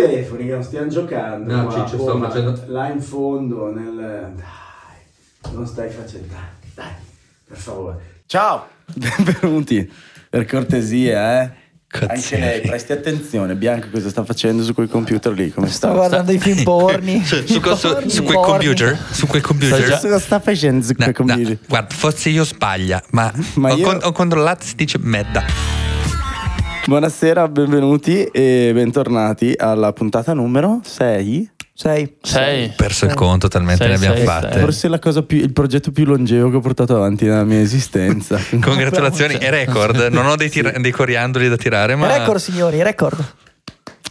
telefoni che non stiamo giocando. No, qua, Ciccio, oh, sto ma facendo- Là in fondo, nel... Dai, non stai facendo... Dai, dai, per favore. Ciao, benvenuti, per cortesia, eh. Anche lei, Cazzieri. presti attenzione, Bianca cosa sta facendo su quel computer lì? Come Sto sta? guardando i film porni. su, su Film quel- su- porni, su quel porni. computer su quel computer Cosa cosa sta facendo su No, quel no, computer? guarda forse io sbaglia ma, Ma ho, io- con- ho controllato si dice merda Buonasera, benvenuti e bentornati alla puntata numero 6. Sei. Sei. ho perso il conto talmente Sei, ne abbiamo sei, fatte sei. Eh. Forse la cosa più, il progetto più longevo che ho portato avanti nella mia esistenza. congratulazioni è record non ho dei, tir- dei coriandoli da tirare ma Eh, Record, signori, record.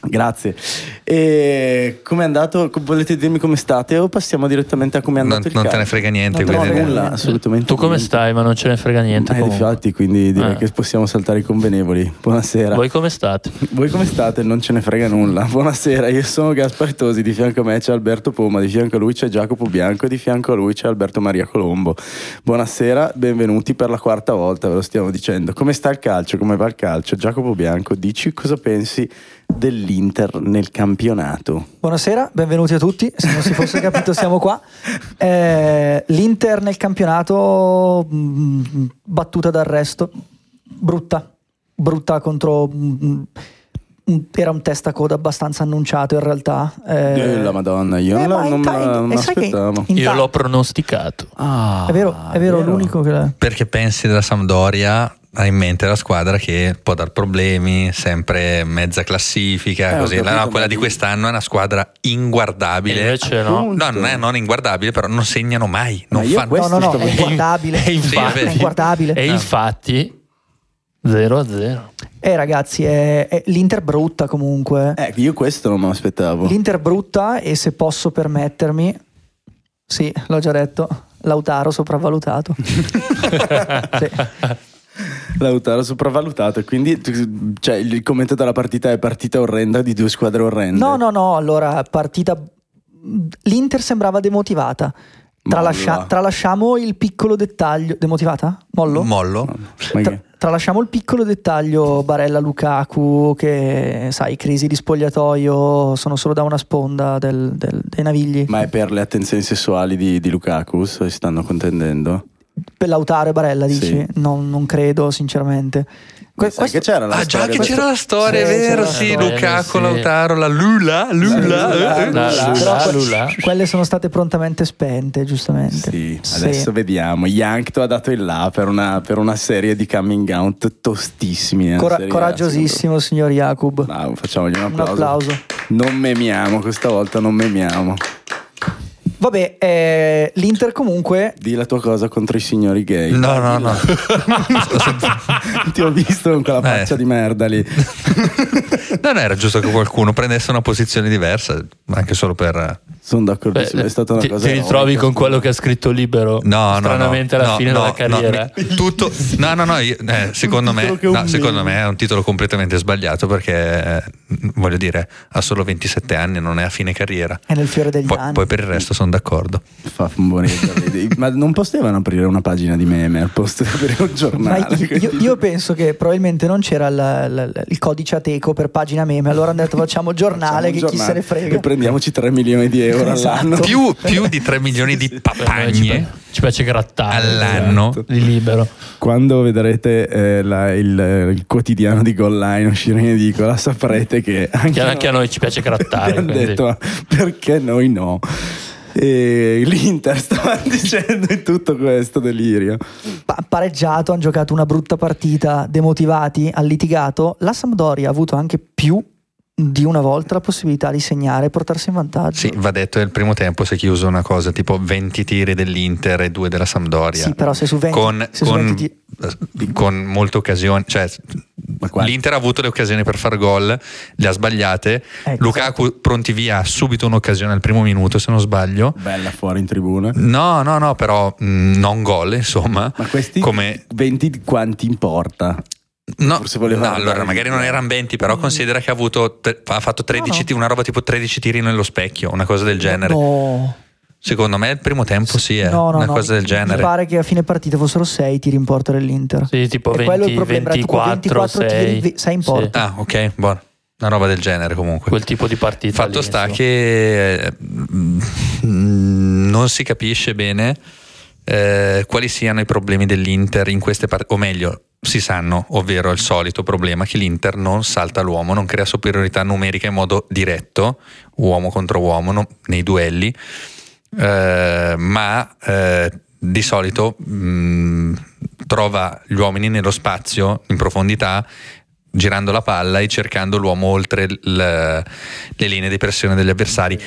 Grazie. E come è andato? co- Volete dirmi come state o passiamo direttamente a come è non, andato il non te ne calcio? frega niente Non te ne No, quindi- frega niente. nulla, assolutamente. Tu come niente. stai? Ma non ce ne frega niente. Eh, comunque. infatti, quindi direi Eh. che possiamo saltare i convenevoli. Buonasera. Voi come state? Voi come state? Non ce ne frega nulla. Buonasera, io sono Gaspar Tosi, di fianco a me c'è Alberto Poma, di fianco a lui c'è Giacomo Bianco, di fianco a lui c'è Alberto Maria Colombo. Buonasera, benvenuti per la quarta volta, ve lo stiamo dicendo. Come sta il calcio? Come va il calcio? Giacomo Bianco, dici cosa pensi dell'Inter nel campionato? Buonasera, benvenuti a tutti. Se non si fosse capito, siamo qua. Eh, L'Inter nel campionato, mh, battuta d'arresto, brutta, brutta contro. mh, mh, era un testa coda abbastanza annunciato in realtà. Eh, Eh, la Madonna, io eh, non la- ma in non ta- me la- in- me e sai che in- l'aspettavo. in Io ta- l'ho pronosticato. Ah, È vero, è vero, l'unico che. la- perché pensi della Sampdoria hai in mente la squadra che può dar problemi sempre mezza classifica Eh, ho così La- capito, no, quella ma- di quest'anno è una squadra E inguardabile invece no. Eh, no non è non inguardabile però non segnano mai non Ma io fanno questo No, no, no, stavo- è inguardabile. E infatti- è inguardabile. E infatti 0 a 0. Eh, ragazzi, è, è- l'Inter brutta comunque. Eh, io questo non me l'aspettavo. L'Inter brutta e se posso permettermi, sì, l'ho già detto, Lautaro sopravvalutato. Sì. Lautaro sopravvalutato, quindi tu- cioè, il commento della partita è partita orrenda di due squadre orrende. No, no, no, allora partita... L'Inter sembrava demotivata. Tralascia- Molla. tralasciamo il piccolo dettaglio... Demotivata? Mollo? mollo Ma Tra- che- tralasciamo il piccolo dettaglio Barella Lukaku, che sai, crisi di spogliatoio sono solo da una sponda del- del- dei navigli. Ma è per le attenzioni sessuali di, di Lukaku, se stanno contendendo. Per Lautaro e Barella dici? Sì. Non, non credo, sinceramente. Que- Sai che c'era la Ah già storia che del- c'era la storia, è Sì, c'era vero, la sì, storia, Lukaku, Eh, sì. Lautaro, la Lula, Lula, Lula, eh, eh. La Lula. Lula, que- Lula. quelle sono state prontamente spente, giustamente. Sì, Sì. adesso vediamo. Yankto ha dato il là per una, per una serie di coming out tostissimi. nella Cora- Serie A, coraggiosissimo, signor Jakub. secondo me. Bravo, facciamogli un Un applauso. applauso. Non memiamo, questa volta non memiamo. Vabbè, eh, l'Inter comunque. Di la tua cosa contro i signori gay. No, no, no. Ti ho visto con quella Eh. faccia di merda lì. Non era giusto che qualcuno prendesse una posizione diversa, anche solo per... eh, Sono d'accordissimo, Beh, è stata una ti, cosa ti ritrovi eroica. con quello che ha scritto libero No, no, stranamente no, alla no, fine no, della no, carriera. mi- tutto, no, no, no, io- eh, secondo, me, titolo che è un no, secondo meme. me è un titolo completamente sbagliato perché, eh, voglio dire, ha solo 27 anni, non è a fine carriera. È nel fiore degli Poi, anni. poi per il resto sono d'accordo. Fa un buon ritorno. Ma non potevano aprire una pagina di meme al posto di aprire un Ma giornale. io, io- io penso che probabilmente non c'era il, il- il codice ateco per pagina meme. Allora hanno detto facciamo Facciamo giornale, un che chi se giornale ne frega. E prendiamoci 3 milioni di euro Esatto. all'anno. Più, più di 3 milioni di Beh, noi Ci, papagne piace- ci piace grattare all'anno. Esatto. di libero. Quando vedrete eh, la- il, il quotidiano di Goal Line uscire in edicola, saprete che anche, Che anche a noi ci piace grattare, Abbiamo quindi. detto, "Ma perché noi no? E l'Inter stava dicendo in tutto questo delirio. Pa- pareggiato, hanno giocato una brutta partita, demotivati, ha litigato. La Sampdoria ha avuto anche più di una volta la possibilità di segnare e portarsi in vantaggio. Sì, va detto nel primo tempo si è chiuso una cosa tipo 20 tiri dell'Inter e 2 della Sampdoria. Sì, però se su 20 con, se su con- 20 ti- eh, con molte occasioni, cioè, quanti? l'Inter ha avuto le occasioni per far gol, le ha sbagliate. Ecco. Lukaku pronti via ha subito un'occasione al primo minuto, se non sbaglio. Bella fuori in tribuna. No, no, no, però mh, non gol, insomma. Ma questi Come- 20 di quanti importa? No, Forse voleva no, andare allora in- magari non erano 20, però considera che ha, avuto tre- ha fatto 13 Mm. No, no. tiri, una roba tipo 13 tiri nello specchio, una cosa del genere. No, Secondo me il primo tempo sì, è no, no, una no, cosa mi- del genere. Mi pare che a fine partita fossero 6 tiri in porta dell'Inter. Sì, tipo E quello è il 20, problema, era tipo 24, 24 tiri, 6. ve- sei in porta. Ah, ok, buono. Una roba del genere comunque. quel tipo di partita. Fatto lì, sta insomma. che eh, mm, non si capisce bene eh, quali siano i problemi dell'Inter in queste partite, o meglio, si sanno, ovvero il solito problema che l'Inter non salta l'uomo, non crea superiorità numerica in modo diretto, uomo contro uomo, no- nei duelli, eh, ma eh, di solito mm, trova gli uomini nello spazio, in profondità, girando la palla e cercando l'uomo oltre l- le linee di pressione degli avversari.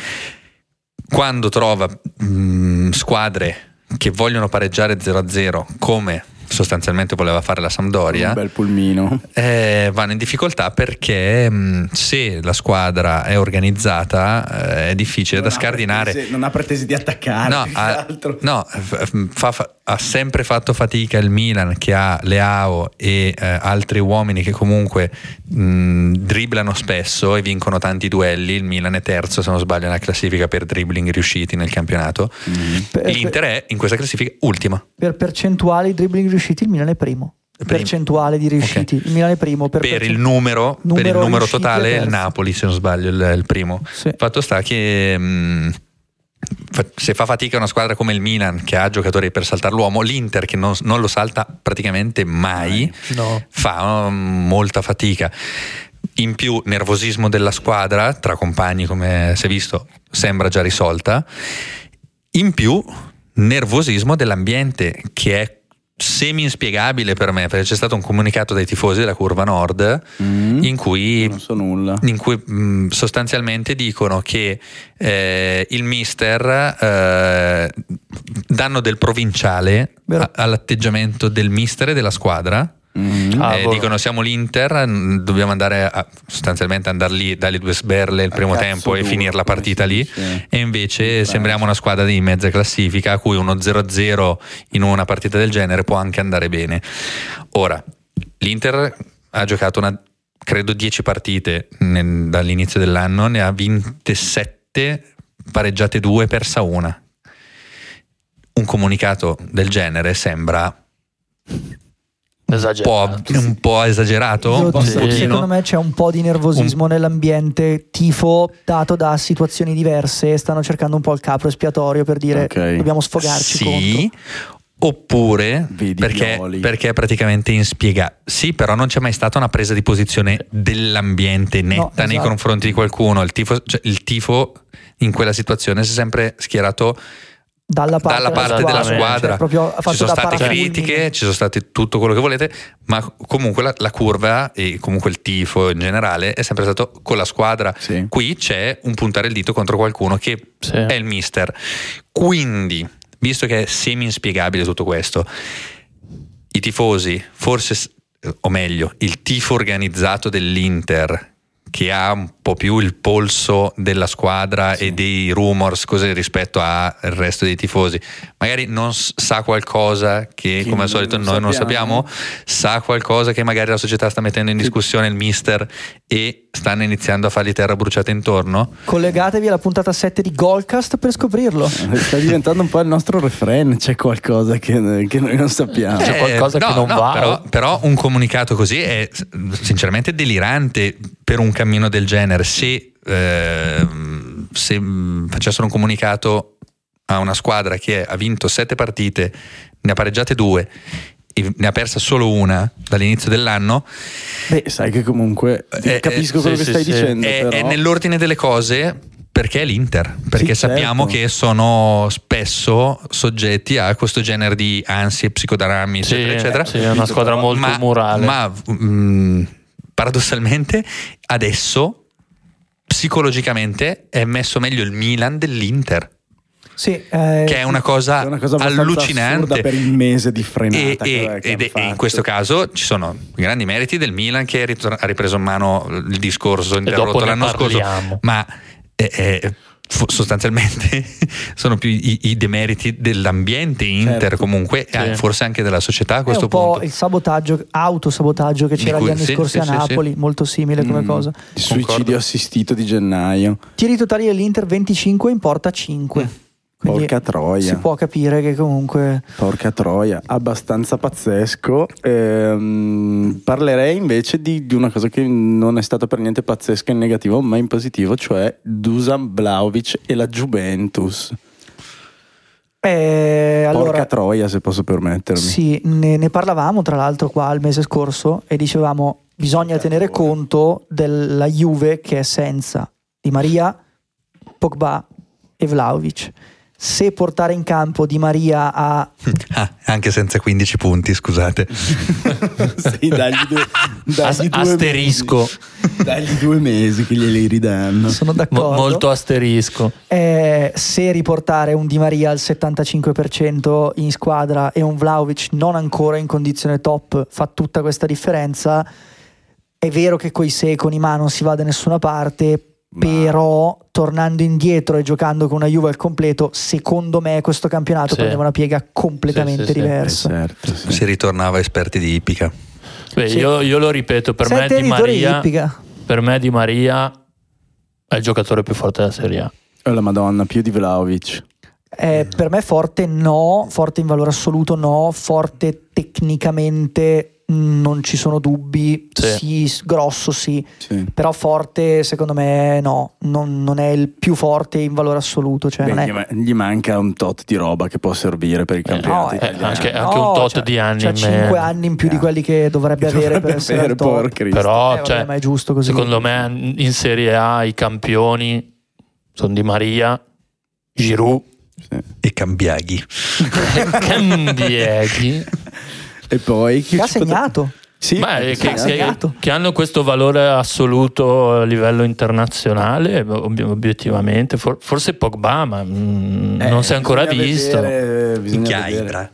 Quando trova mm, squadre che vogliono pareggiare 0-0, come sostanzialmente voleva fare la Un Sampdoria, bel pulmino. eh, vanno in difficoltà perché mh, se la squadra è organizzata eh, è difficile da Non ha scardinare. pretese- non ha pretese di attaccare. No, più che ha, altro. no, f- fa- fa- ha sempre fatto fatica il Milan che ha Leao e eh, altri uomini che comunque mh, dribblano spesso e vincono tanti duelli. Il Milan è terzo, se non sbaglio, nella classifica per dribbling riusciti nel campionato. Mm. Per- L'Inter è in questa classifica ultima. Per percentuale di dribbling riusciti il Milan è primo. Primo. Percentuale di riusciti Ok. il Milan è primo. Per, Per, il percent- numero, per il numero riusciti è totale, il terzo. Napoli, se non sbaglio, il- il primo. Sì. Fatto sta che mh, fa- se fa fatica una squadra come il Milan che ha giocatori per saltare l'uomo, l'Inter che non, non lo salta praticamente mai No. fa um, molta fatica. In più nervosismo della squadra tra compagni come si è visto sembra già risolta. In più nervosismo dell'ambiente che è semi inspiegabile per me perché c'è stato un comunicato dai tifosi della curva nord Mm. in cui Non so nulla. in cui mh, sostanzialmente dicono che eh, il mister eh, danno del provinciale Vero. a- all'atteggiamento del mister e della squadra. Mm. Ah, Eh, boh. dicono siamo l'Inter, mh, dobbiamo andare a, sostanzialmente andare lì, dargli due sberle il A primo cazzo tempo e duro, finire la come partita si lì. dice. E invece Bravo. sembriamo una squadra di mezza classifica a cui uno 0-0 in una partita del genere può anche andare bene. Ora, l'Inter ha giocato una, credo 10 partite nel- dall'inizio dell'anno, ne ha vinte 7, pareggiate 2, persa una. Un comunicato del genere sembra un po', Esagerato. un po' esagerato, Io un dico, pochino. secondo me c'è un po' di nervosismo nell'ambiente tifo dato da situazioni diverse stanno cercando un po' il capro espiatorio per dire Ok. dobbiamo sfogarci sì, oppure Vedi perché, Pioli. perché è praticamente inspiegabile. Sì, però non c'è mai stata una presa di posizione dell'ambiente netta No, nei esatto. confronti di qualcuno. Il tifo, cioè, il tifo in quella situazione si è sempre schierato dalla parte, dalla parte squadra, della cioè, squadra. proprio ha fatto ci sono da state parafulmine. critiche, ci sono state tutto quello che volete, ma comunque la, la curva e comunque il tifo in generale è sempre stato con la squadra. Sì. Qui c'è un puntare il dito contro qualcuno che Sì. è il mister. Quindi, visto che è semi inspiegabile tutto questo, i tifosi, forse, s- o meglio, il tifo organizzato dell'Inter che ha un po' più il polso della squadra e dei rumors cose rispetto al resto dei tifosi, magari non s- sa qualcosa che, Che come al solito noi non sappiamo, sa qualcosa che magari la società sta mettendo in discussione il mister e stanno iniziando a fargli terra bruciata intorno. collegatevi alla puntata 7 di Golcast per scoprirlo Sta diventando un po' il nostro refrain, c'è qualcosa che, che noi non sappiamo. Cioè, C'è qualcosa che non va, Eh, Però, o- però un comunicato così è s- sinceramente delirante per un cammino del genere. Se, ehm, se, mh, facessero un comunicato a una squadra che ha vinto sette partite, ne ha pareggiate due e ne ha persa solo una dall'inizio dell'anno, Beh, sai che comunque ti- Eh, eh, capisco quello sì, che sì, stai sì. dicendo. è, è però- nell'ordine delle cose perché è l'Inter, perché Sì, certo. sappiamo che sono spesso soggetti a questo genere di ansie, psicodrammi, Sì, eccetera, eccetera. sì, è una squadra molto murale. ma, mh, paradossalmente adesso psicologicamente è messo meglio il Milan dell'Inter, sì, eh, che è una cosa, È una cosa abbastanza allucinante. assurda per il mese di E, frenata che- e- che ed- hanno e fatto. in questo caso ci sono grandi meriti del Milan che è ritor- ha ripreso in mano il discorso E dopo interrotto ne l'anno scorso, parliamo. ma eh, eh, fo- sostanzialmente sono più i, i demeriti dell'ambiente Inter Certo. comunque e Sì. a- forse anche della società a è questo un po' punto. il sabotaggio autosabotaggio che Di c'era cui- gli anni sì, scorsi sì, a sì, sì. Napoli molto simile come Mm. cosa Il suicidio Concordo. assistito di gennaio. Mm. tiri totali dell'Inter 25 in porta 5 Quindi Porca troia. Si può capire che comunque Porca troia, abbastanza pazzesco. Ehm, parlerei invece di, di una cosa che non è stata per niente pazzesca in negativo, ma in positivo, cioè Dusan Vlaovic e la Juventus. Eh, Porca allora, troia, se posso permettermi. Sì, ne, ne parlavamo tra l'altro qua il mese scorso e dicevamo bisogna Certo, tenere conto della Juve che è senza Di Maria, Pogba e Vlaovic. Se portare in campo Di Maria a... Ah, anche senza 15 punti, scusate. Sì, dagli due, As- dagli due asterisco. mesi. Dagli due mesi che glieli ridanno. Sono Mo- d'accordo. molto asterisco. Eh, se riportare un Di Maria al 75% in squadra e un Vlaovic non ancora in condizione top fa tutta questa differenza. È vero che coi se e con i ma non si va da nessuna parte, Ma- però tornando indietro e giocando con una Juve al completo, secondo me questo campionato Sì. prendeva una piega completamente Sì, sì, sì. Eh, diversa. certo, sì. Si ritornava esperti di Ipica. Beh, Sì. io, io lo ripeto, per me, Sette di vittorie Maria, ippica. per me Di Maria è il giocatore più forte della Serie A. Oh, la Madonna, più di Vlaovic. Eh, per me forte no, forte in valore assoluto no, forte tecnicamente mh, non ci sono dubbi, Sì. sì, s- grosso sì, Sì. però forte secondo me no, non, non è il più forte in valore assoluto, cioè non Beh, è... gli, ma- gli manca un tot di roba che può servire per il No, campionato eh, italiano. anche- un tot di cioè, anni C'ha in 5 meno. cioè anni in più di Eh. quelli che dovrebbe Che avere per dovrebbe essere avere, al top. porca Cristo. Però, Eh, vabbè, cioè, ma è giusto così. secondo me, in Serie A i campioni sono Di Maria, Giroud, Sì. E Cambiaghi. Cambieghi, E poi chi Che ha ci potre- segnato. Sì, ma ha che, che- segnato. che hanno questo valore assoluto a livello internazionale, ob- obiettivamente. For- forse Pogba, ma mm, Eh, non si è ancora bisogna visto. vedere, bisogna Minchia, vedere. Ibra.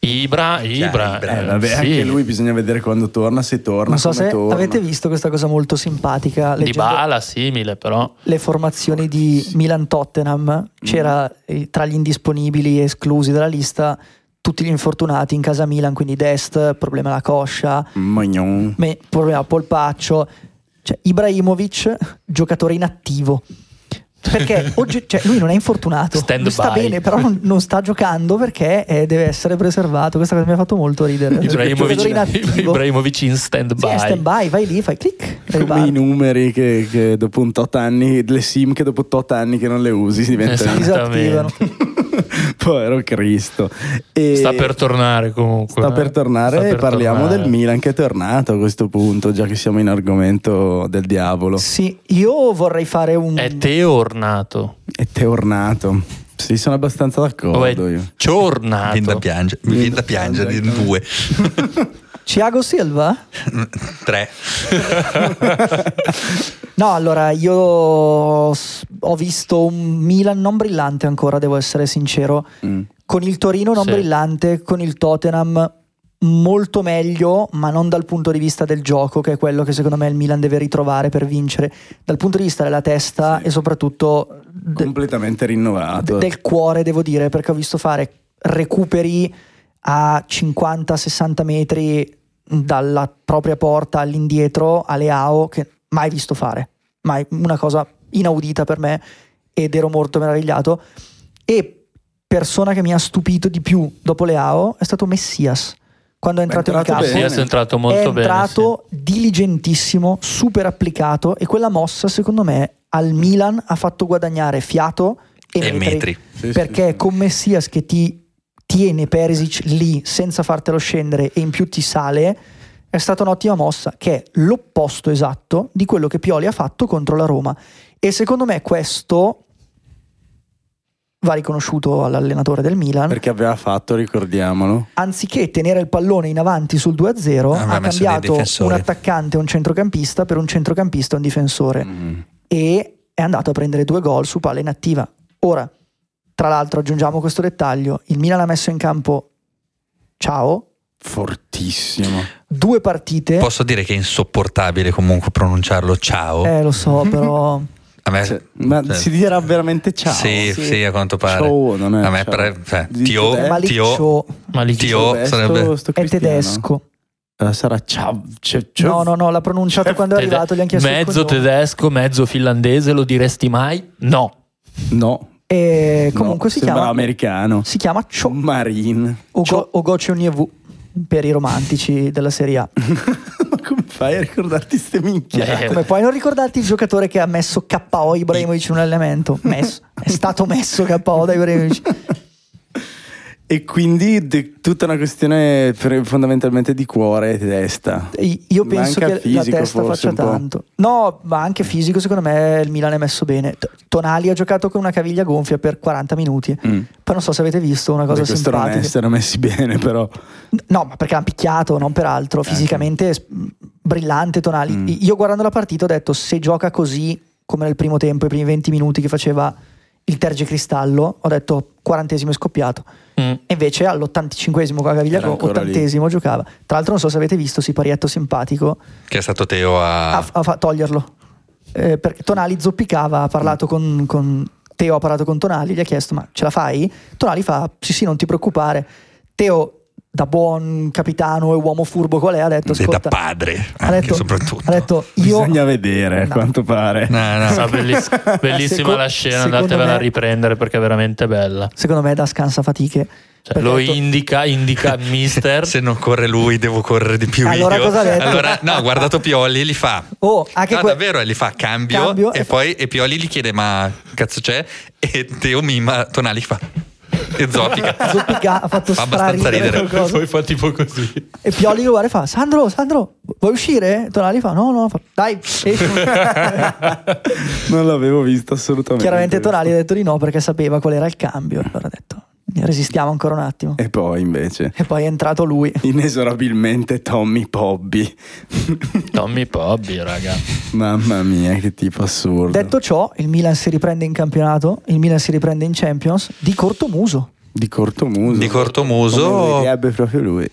Ibra, Ibra, Ibra. Eh, vabbè, sì. anche lui bisogna vedere quando torna, se torna, Non so come se torna. avete visto questa cosa molto simpatica. Di leggendo- Bala simile però le formazioni di Milan-Tottenham c'era Mm. eh, tra gli indisponibili e esclusi dalla lista tutti gli infortunati in casa Milan, quindi Dest, problema alla coscia, Magnon. me- problema al polpaccio, cioè Ibrahimovic, giocatore inattivo. Perché oggi, cioè, lui non è infortunato, Stand lui sta by. bene, però non, non sta giocando perché eh, deve essere preservato. Questa cosa mi ha fatto molto ridere. Ibrahimovic, Giocatore inattivo. Ibrahimovic in stand Sì, by, è stand by, vai lì, fai click. e Come i riparte. numeri che, che dopo un tot anni, le sim che dopo tot anni che non le usi diventano... Esatto. Disattivano. Povero Cristo. E sta per tornare comunque eh. sta per tornare Sta e per parliamo tornare. del Milan che è tornato a questo punto, già che siamo in argomento del diavolo. Sì, io vorrei fare un. è teornato È tornato. Sì, sono abbastanza d'accordo o è io. Mi viene da giornato piangere, mi viene da piangere in due, Thiago Silva? tre. No, allora io s- ho visto un Milan non brillante ancora, devo essere sincero. Mm. Con il Torino non Sì. brillante, con il Tottenham molto meglio, ma non dal punto di vista del gioco, che è quello che secondo me il Milan deve ritrovare per vincere, dal punto di vista della testa Sì. e soprattutto de- Completamente rinnovato. de- del cuore, devo dire, perché ho visto fare recuperi a 50-60 metri dalla propria porta all'indietro a Leao che mai visto fare, mai una cosa inaudita per me ed ero molto meravigliato e persona che mi ha stupito di più dopo Leao è stato Messias quando è Beh, entrato in entrato campo bene. sì, è entrato molto è bene sì. entrato diligentissimo, super applicato e quella mossa secondo me al Milan ha fatto guadagnare fiato e, E metri, metri. Sì, perché sì. con Messias che ti tiene Perisic lì senza fartelo scendere e in più ti sale è stata un'ottima mossa che è l'opposto esatto di quello che Pioli ha fatto contro la Roma e secondo me questo va riconosciuto all'allenatore del Milan Perché aveva fatto, ricordiamolo. anziché tenere il pallone in avanti sul 2-0, Ah, ma ha ha messo dei cambiato difensori. un attaccante e un centrocampista per un centrocampista e un difensore Mm. e è andato a prendere due gol su palla inattiva. Ora, tra l'altro, aggiungiamo questo dettaglio: il Milan ha messo in campo ciao, Fortissimo. due partite. Posso dire che è insopportabile comunque pronunciarlo ciao. eh, lo so, però A me- Cioè, ma cioè, si dirà veramente ciao. Sì, sì, a quanto pare. Ciao, non è A me ciao. pare- cioè, Dice Tio- te- Eh, ma lì Tio- ciò ma lì Tio- sto- sarebbe- sto è cristiano. tedesco. Eh, sarà ciao. cioè, c'è- c'è- No, no, no, l'ha cioè, pronunciato quando è arrivato, gli hanno chiesto il mezzo cognome. tedesco mezzo finlandese lo diresti mai no No, E comunque No, si sembra chiama... americano. Mm. Si chiama Cho. Marine. Ogo- Ogoce Onyevu per i romantici della Serie Eh. A. Ma come fai a ricordarti ste minchia? Eh, Come puoi non ricordarti il giocatore che ha messo KO Ibrahimovic in un allenamento? Messo. È stato messo KO da Ibrahimovic. E quindi de- tutta una questione pre- fondamentalmente di cuore e testa. Io penso Manca che fisico, la testa forse, faccia un po'. tanto. No, ma anche fisico, secondo me il Milan è messo bene. T- Tonali ha giocato con una caviglia gonfia per 40 minuti. Mm. Poi non so se avete visto una cosa Beh, questo non è simpatica. essere messi bene, però. No, ma perché l'hanno picchiato, non peraltro. Fisicamente s- brillante Tonali. Eh, Mm. Io guardando la partita ho detto: se gioca così come nel primo tempo, i primi 20 minuti che faceva il tergicristallo, ho detto quarantesimo è scoppiato. Mm. E invece all'85esimo con la caviglia Era gonfia, ancora lì. 80esimo giocava. Tra l'altro, non so se avete visto Siparietto simpatico Che è stato Teo a... a, a fa- toglierlo. Eh, perché Tonali zoppicava, ha parlato Mm. con, con- Teo, ha parlato con Tonali, gli ha chiesto ma ce la fai? Tonali fa sì sì non ti preoccupare. Teo da buon capitano e uomo furbo qual è ha detto e da ascolta, padre, ha anche detto, soprattutto. ha detto io Bisogna vedere, ecco. a No. quanto pare. No, no. Ah, belliss- bellissima Eh, Seco- la scena, secondo andatevela me- a riprendere perché è veramente bella. secondo me da scansafatiche Cioè, Perché lo ha detto- indica, indica mister. Se non corre lui, devo correre di più. Allora io. cosa ha detto? Allora, no, ho guardato Pioli e gli fa. Oh, anche no, que- davvero, e gli fa cambio. Cambio e e fa- poi e Pioli gli chiede: Ma cazzo c'è? E Teo mima, Tonali fa. E zoppica. Zoppica, ha fatto Fa abbastanza straridere ridere. qualcosa. Poi fa tipo così. e Pioli lo guarda e fa Sandro Sandro vuoi uscire? Tonali fa no no fa, dai esci." Non l'avevo visto assolutamente. Chiaramente Tonali ha detto di no perché sapeva qual era il cambio. Allora ha detto resistiamo ancora un attimo. E poi invece, E poi è entrato lui. inesorabilmente Tommy Pobby. Tommy Pobby, raga. Mamma mia, che tipo assurdo. Detto ciò, il Milan si riprende in campionato, il Milan si riprende in Champions di corto muso. Di corto muso. Come Di lo cortomuso. direbbe proprio lui.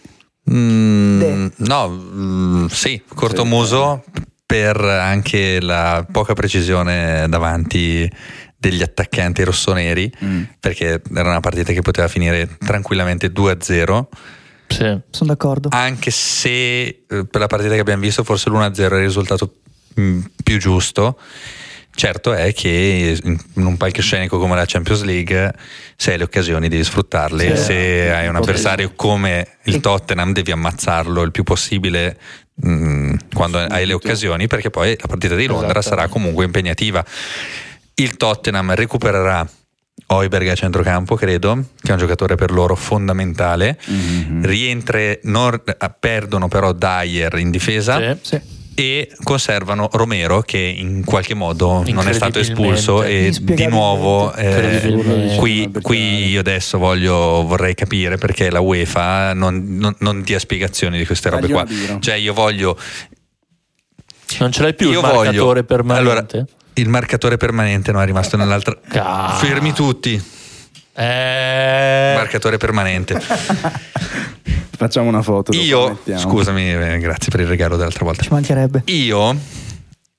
Mm, De. no, mm, sì, cortomuso per anche la poca precisione davanti degli attaccanti rossoneri, Mm. perché era una partita che poteva finire tranquillamente 2-0, Sì. Sono d'accordo. anche se eh, per la partita che abbiamo visto forse l'1-0 è il risultato mm, più giusto. Certo è che in un palcoscenico come la Champions League, se hai le occasioni devi sfruttarle, Sì. se hai un avversario come il Tottenham devi ammazzarlo il più possibile mm, quando hai le occasioni, perché poi la partita di Londra Esattamente. sarà comunque impegnativa. Il Tottenham recupererà Oiberg a centrocampo, credo, che è un giocatore per loro fondamentale. Mm. Mm-hmm. Mm. Rientre, non- ah, perdono però Dyer in difesa Sì. e conservano Romero che in qualche modo non è stato Incredibilmente. espulso e di Inspiegabilmente. nuovo eh, Incredibilmente. qui, qui io adesso voglio, vorrei capire perché la UEFA non, non- non dia spiegazioni di queste robe Tagli qua una birra. cioè io voglio Non ce l'hai più Io il voglio- marcatore permanente? Allora, il marcatore permanente no è rimasto nell'altra Cazzo. fermi tutti Eh, marcatore permanente Facciamo una foto. dopo la io mettiamo. scusami eh, grazie per il regalo dell'altra volta Ci mancherebbe. Io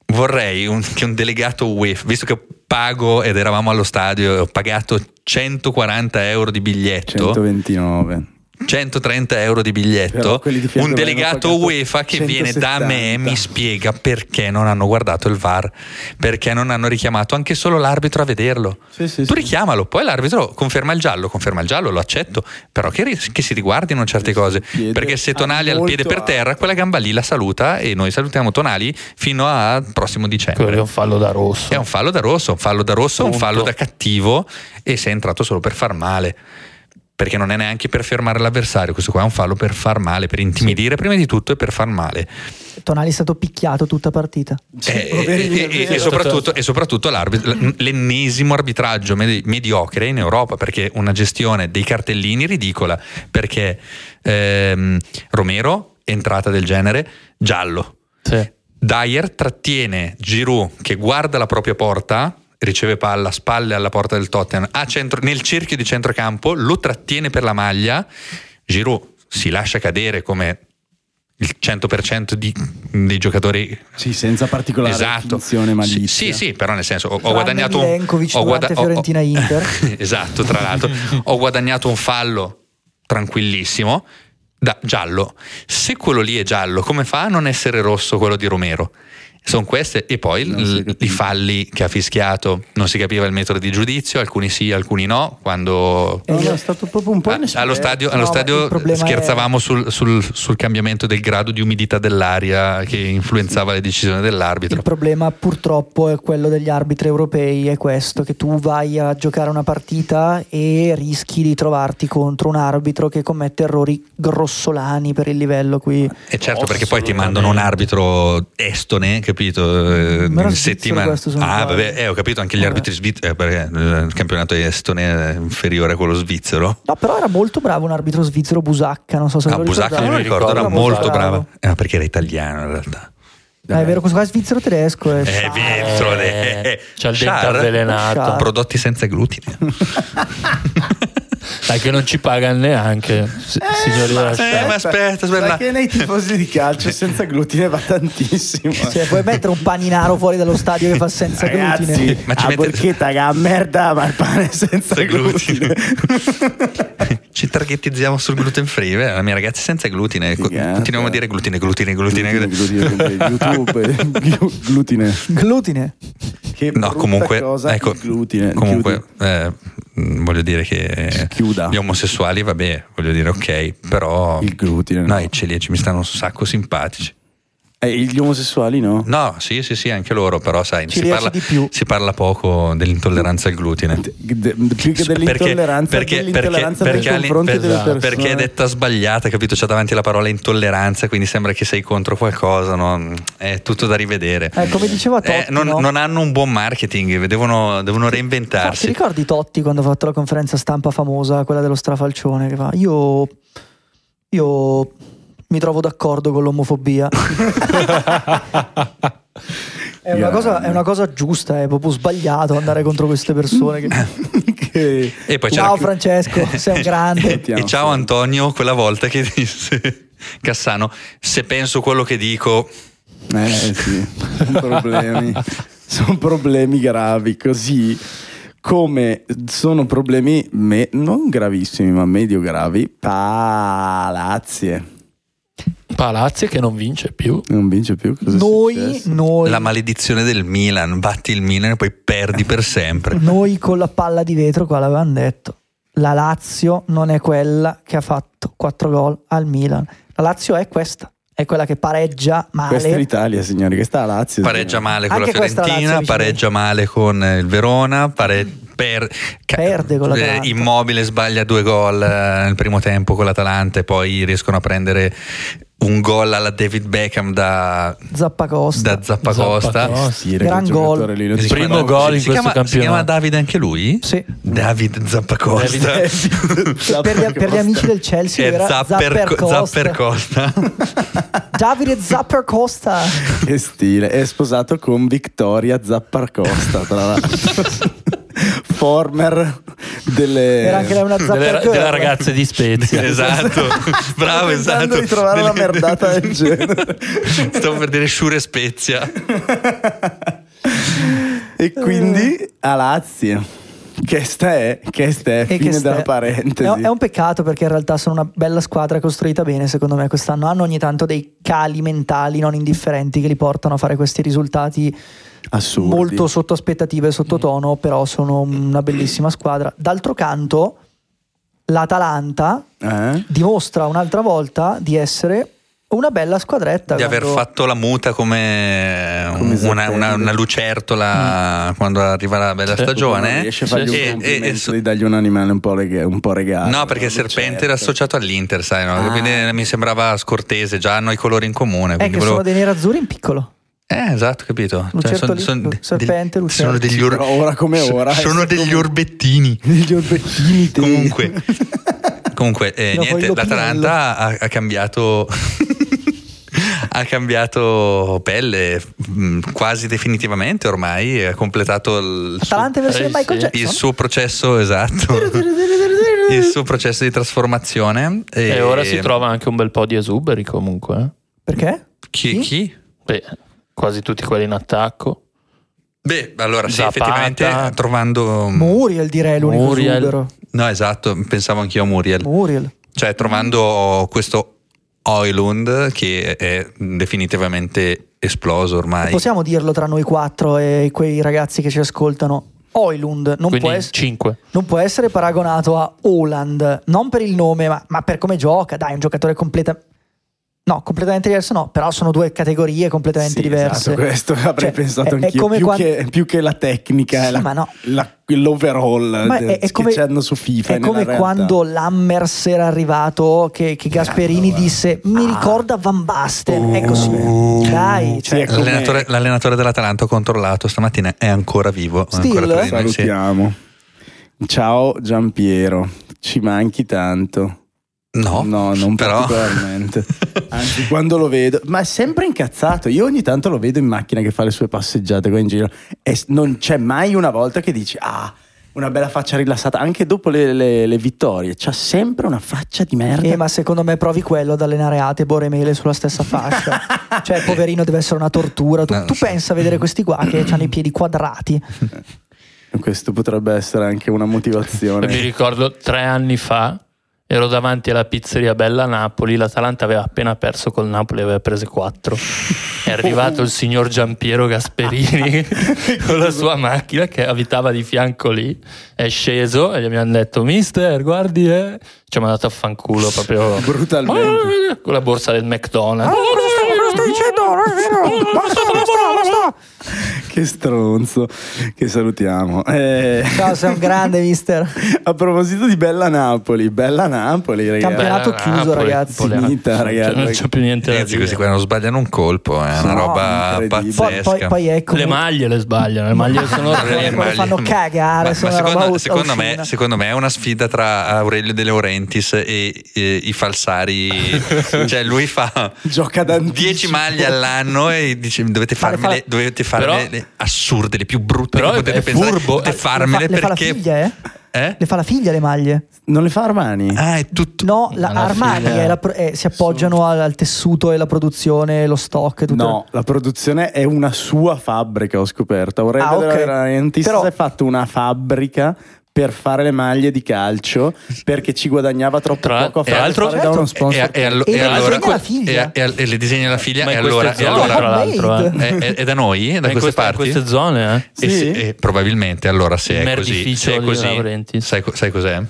vorrei un- che un delegato UEFA, visto che pago ed eravamo allo stadio, e ho pagato 140 euro di biglietto, 129. 130 euro di Però biglietto, quelli di fianco un avevano delegato pagato UEFA che viene da me e 170. mi spiega perché non hanno guardato il VAR, perché non hanno richiamato anche solo l'arbitro a vederlo. Sì, sì, tu sì. richiamalo, poi l'arbitro conferma il giallo, conferma il giallo, lo accetto, però che, ri- che si riguardino certe cose, piede perché se Tonali ha il molto piede per alto. terra, quella gamba lì la saluta e noi salutiamo Tonali fino al prossimo quello è dicembre. un fallo da rosso. È un fallo da rosso, un fallo da rosso, un Punto. fallo da cattivo e sei entrato solo per far male. Perché non è neanche per fermare l'avversario, questo qua è un fallo per far male, per intimidire prima di tutto e per far male. Tonali è stato picchiato tutta partita. Eh, poverino, eh, è eh, vero. e soprattutto, e soprattutto l'arbitro- l- l'ennesimo arbitraggio medi- mediocre in Europa perché una gestione dei cartellini ridicola perché ehm, Romero entrata del genere giallo Sì. Dyer trattiene Giroud che guarda la propria porta riceve palla spalle alla porta del Tottenham a centro- nel cerchio di centrocampo lo trattiene per la maglia Giroud si lascia cadere come il 100% di- dei giocatori Sì, senza particolare Esatto. finzione malizia. Sì, sì, sì, però nel senso ho, ho Tranne guadagnato Milenkovic ho durante guada- ho- ho- Fiorentina-Inter. esatto, tra l'altro, ho guadagnato un fallo tranquillissimo da giallo. Se quello lì è giallo, come fa a non essere rosso quello di Romero? Sono queste e poi Non si l- capisce. i falli che ha fischiato, non si capiva il metodo di giudizio, alcuni sì, alcuni Eh, no, quando No, no, è stato proprio un po' Ah, allo inesperto. stadio, allo No, ma stadio il problema scherzavamo sul, sul- sul cambiamento del grado di umidità dell'aria che influenzava le decisioni dell'arbitro. Il problema purtroppo è quello degli arbitri europei, è questo, che tu vai a giocare una partita e rischi di trovarti contro un arbitro che commette errori grossolani per il livello qui. E certo, perché poi ti mandano un arbitro estone, capito? Eh, Ma era in svizzero settimana. questo, se non Ah, sbaglio. vabbè, eh, ho capito anche gli Vabbè. arbitri svizzeri, perché eh, il campionato estone è inferiore a quello svizzero. No, però era molto bravo un arbitro svizzero Busacca, non so se Ah, lo Busacca, ricordate. io mi ricordo, era Ricordo molto Busacca. brava. Eh, perché era italiano in realtà. Ah, è vero, questo qua è svizzero tedesco. È Eh, dentro le- Eh, c'ha il dente Char. avvelenato. Char. Prodotti senza glutine. Sai che non ci pagano neanche, si- signori della eh, scienza. ma aspetta, aspetta. Perché nei tifosi di calcio senza glutine va tantissimo. Cioè, puoi mettere un paninaro fuori dallo stadio che fa senza glutine. Ragazzi, ma Ma ci ci la mette- porchetta che è a merda, ma il pane senza Senza glutine. glutine. Ci targetizziamo sul gluten free, vero? la mia ragazza è senza glutine. Co- Figata. Ecco, Continuiamo a dire glutine, glutine, glutine. glutine, glutine, YouTube, glu- glutine. Glutine. Che No, brutta comunque, cosa, ecco, il glutine. comunque Chiudi. eh, mh, voglio dire che Schiuda. gli omosessuali, vabbè, voglio dire ok, però il glutine. no, no. i celiaci mi stanno un sacco simpatici. Eh, gli omosessuali no? No, sì, sì, sì, anche loro, però sai, si Celiaci parla, di più. si parla poco dell'intolleranza al glutine. De- de- più che dell'intolleranza dell'intolleranza nei alle- confronti per- delle persone esatto, perché è detta sbagliata, capito? C'è davanti la parola intolleranza, quindi sembra che sei contro qualcosa, no? Mm, è tutto da rivedere. Eh, come diceva Totti, Eh, non, no? non hanno un buon marketing, devono, devono Infatti, Ti reinventarsi. ricordi Totti quando ha fatto la conferenza stampa famosa, quella dello strafalcione? Che fa: Io. Io. Mi trovo d'accordo con l'omofobia. è, una cosa, è una cosa giusta, è proprio sbagliato andare contro queste persone. Che... Che- E poi c'era Ciao chi- Francesco, sei un grande. E ciao Antonio, quella volta che disse Cassano, se penso quello che dico, eh sì sono problemi sono problemi gravi così come sono problemi me- non gravissimi ma medio gravi palazzie Palazzi che non vince più. non vince più cosa è Noi, successo? noi, la maledizione del Milan, batti il Milan e poi perdi per sempre. noi con la palla di vetro, qua l'avevano detto. La Lazio non è quella che ha fatto 4 gol al Milan. La Lazio è questa, è quella che pareggia male. questa è l'Italia signori questa è la Lazio Pareggia signori. male con Anche la questa la Fiorentina, Lazio, pareggia male con eh, il Verona, pare- per- ca- eh, Perde con l'Atalanta. Immobile sbaglia due gol eh, nel primo tempo con l'Atalanta e poi riescono a prendere un gol alla David Beckham da, Zappacosta. da Zappacosta. Zappacosta. Sì, raga, Gran il gol. giocatore lì, lo Si Il dico- primo chiama- gol in si questo chiama- Si campionato. chiama Davide anche lui? Sì. David Zappacosta. Eh, Per, gli, per gli amici del Chelsea È era Zapper, Zapper Costa. Zapper Costa. Davide Zapper Costa. Che stile, è sposato con Victoria Zapparcosta, tra l'altro. Former delle... Era anche lei una Zapper Delle, Girl. delle ragazze di Eh, Spezia. esatto, bravo, pensando esatto. di trovare una merdata del genere. Stavo per dire Sciure Spezia. E quindi a Lazio. Che sta è, che sta è, E che fine ste- della parentesi. È, è un peccato perché in realtà sono una bella squadra costruita bene, secondo me, quest'anno. Hanno ogni tanto dei cali mentali non indifferenti che li portano a fare questi risultati Assurdi. molto sotto aspettative, sotto tono, però sono una bellissima squadra. D'altro canto, l'Atalanta Eh? dimostra un'altra volta di essere una bella squadretta. Di aver quando- fatto la muta come, Come una, Zappelli. una- una lucertola quando arriva la bella Sì. stagione. Non Certo, riesce a fargli E- un e- complimento e so- di dargli un animale un po', reg- un po regalo. Eh, No, perché il serpente era associato all'Inter, sai, no? Ah. quindi mi sembrava scortese, già hanno i colori in comune. È quindi Eh, che volevo- sono dei nerazzurri in piccolo. Eh, esatto, capito. Lucertolino, de- certo serpente, certo del- lucerto. sono degli or- Però ora come so- ora, Sono eh, degli come- orbettini. Gli orbecchini te. Comunque, comunque eh, No, niente, voglio l'Atalanta ha, ha cambiato. Ha cambiato pelle mh, quasi definitivamente ormai, ha completato il suo, Atalanta versione Eh, Michael sì. il Jackson. suo processo esatto, il suo processo di trasformazione. E, ora si trova anche un bel po' di esuberi comunque. eh. Perché? chi? chi? Beh, quasi tutti quelli in attacco. Beh, allora sì, Zapata. effettivamente eh, trovando... Muriel direi è l'unico Mm. Muriel. esubero. No, esatto, pensavo anch'io a Muriel. Muriel. Cioè, trovando questo Oilund che è definitivamente esploso ormai. Possiamo dirlo tra noi quattro e quei ragazzi che ci ascoltano. Oilund non, può, Quindi ess- 5. non può essere paragonato a Oland, non per il nome, ma, ma per come gioca. Dai, un giocatore completa. No, completamente diverso no, però sono due categorie completamente Sì, diverse. esatto, questo avrei Cioè, pensato è- è anch'io. come più, quando- che, più che la tecnica, Sì, è la- ma no. la- l'overall Ma de- è, è che come, c'hanno su FIFA. è nella come realtà. quando l'Hammers era arrivato che, che Gasperini disse mi Ah. ricorda Van Basten è così dai Oh. Sì, cioè, ecco. come- L'allenatore, l'allenatore dell'Atalanta ho controllato stamattina, è ancora vivo. è Still? ancora tra di noi, sì. salutiamo. Eh, Ciao Giampiero, ci manchi tanto. No, no, non però. particolarmente. Anzi, quando lo vedo, ma è sempre incazzato. Io ogni tanto lo vedo in macchina che fa le sue passeggiate qua in giro e s- non c'è mai una volta che dici ah. Una bella faccia rilassata, anche dopo le, le- le vittorie, c'ha sempre una faccia di merda. eh, ma secondo me provi quello ad allenare Atebor e Mele sulla stessa fascia cioè poverino deve essere una tortura tu, No, tu sì. pensa a vedere questi qua che hanno i piedi quadrati Questo potrebbe essere anche una motivazione. Mi ricordo tre anni fa ero davanti alla pizzeria Bella a Napoli. L'Atalanta aveva appena perso col Napoli, aveva prese quattro. È arrivato il signor Giampiero Gasperini con la sua macchina che abitava di fianco lì. È sceso e gli abbiamo detto: Mister, guardi, eh. ci ha mandato a fanculo proprio Ah, Brutalmente. Ah, con la borsa del McDonald's. che stronzo, che salutiamo. Eh, ciao Cioè, sei un grande mister a proposito di Bella Napoli, Bella Napoli, ragazzi. Campionato chiuso, ragazzi. Finita, ragazzi. Cioè, non c'è più niente da Ragazzi, dire. questi qua non sbagliano un colpo, è una No, roba incredibile. poi, pazzesca. poi, poi ecco. è Le comunque- maglie le sbagliano, le maglie sono Le Quelle orrende. maglie. fanno cagare, Ma- sono ma una roba secondo, us- secondo me, oscena. secondo me è una sfida tra Aurelio De Laurentiis e, e i falsari. cioè, lui fa Gioca d'anticipo. 10 maglie all'anno e dice: Dovete Fare- farmele, fa- dovete farmele però- le assurde, le più brutte però che è- potete è pensare. furbo. Dovete Eh, le farmele le fa, perché. le fa la figlia, eh? Eh? Le fa la figlia le maglie? Non le fa Armani? Ah, è tutto. No, la Alla Armani fine- è la pro- eh, si appoggiano al, al tessuto e la produzione, lo stock e tutto. No, la produzione è una sua fabbrica, ho scoperto. Aurelio Ah, ok. De Laurentiis Però- ha fatto una fabbrica per fare le maglie di calcio perché ci guadagnava troppo Tra- poco a e fare altro- fare da uno E- sponsor. e- e allo- E e le allora- disegna la figlia. e- e- e le disegna la figlia Ma e in allora, queste e zone, allora- Eh, tra l'altro, eh. Homemade. è, è- è da noi, è da Ma in queste queste- in parti. queste zone, eh. E Sì? se- e probabilmente allora se Il è così, merdificio se è di Eh. così, De Laurentiis. sai, co- sai cos'è?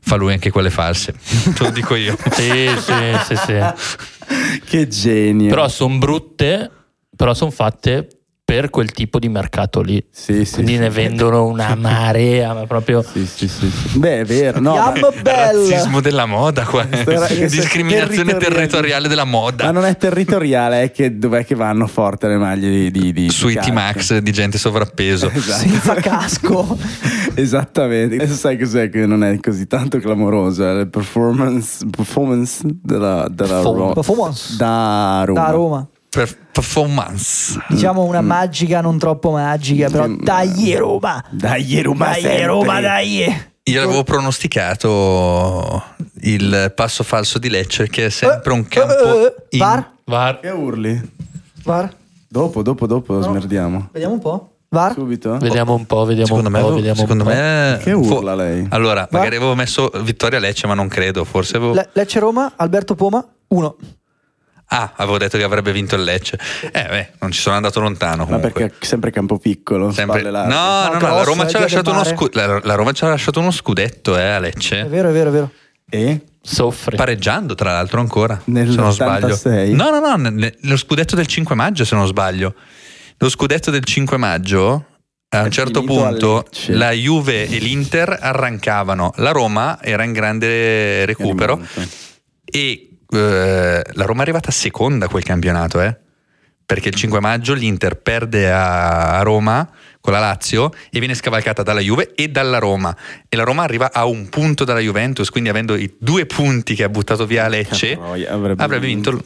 Fa lui anche quelle false, te lo dico io. Sì, sì, sì, sì. Che genio. Però sono brutte, però sono fatte per quel tipo di mercato lì. Sì, sì, Quindi sì. ne vendono una marea, ma proprio Sì, sì, sì, sì. Beh, è vero. No, Yam ma- Bell. Razzismo della moda qua, eh. Questo era- questo è discriminazione territoriale. territoriale della Ma moda. non è territoriale, è che dov'è che vanno forte le maglie di, di, di- di Sui calcio. T-Max di gente sovrappeso. Esatto. Senza casco. Esattamente. Adesso sai cos'è che non è così tanto clamorosa? Le performance, performance della, della Perform- Ro- performance. da Roma. Da Roma. Per- performance. Diciamo una magica, non troppo magica, però Mm. dai Roma. Dai Roma Dai sempre. Roma, dai. Io avevo pronosticato il passo falso di Lecce, che è sempre un Eh, eh, campo eh, in- VAR, var. Che urli? VAR. Dopo, dopo, dopo smerdiamo. Vediamo un po'. VAR. Subito? Vediamo un po', vediamo Secondo un me, po', avevo- vediamo secondo un po'. me Che urla lei? Allora, magari avevo messo Vittoria Lecce, ma non credo. Forse avevo. Le- Lecce Roma, Alberto Poma 1. ah, avevo detto che avrebbe vinto il Lecce. Eh, beh, non ci sono andato lontano. Ma Comunque. perché è sempre campo piccolo? Sempre- spalle No, larghe. no, no, grosso, la Roma, eh, ci ha via lasciato del uno mare. scu- la- la Roma ci ha lasciato uno scudetto eh, a È Lecce. vero, è vero, è vero. E? Soffri. Pareggiando, tra l'altro, ancora. se non sbaglio. Nell'86? No, no, no. ne- ne- lo scudetto del 5 maggio, se non sbaglio. Lo scudetto del 5 maggio. A È un certo finito a punto Lecce. la Juve e l'Inter arrancavano, la Roma era in grande recupero. E eh, la Roma è arrivata seconda a quel campionato, eh? perché il 5 maggio l'Inter perde a a Roma con la Lazio e viene scavalcata dalla Juve e dalla Roma. E la Roma arriva a un punto dalla Juventus, quindi avendo i due punti che ha buttato via Lecce, Che troia, avrebbe avrebbe vinto. il-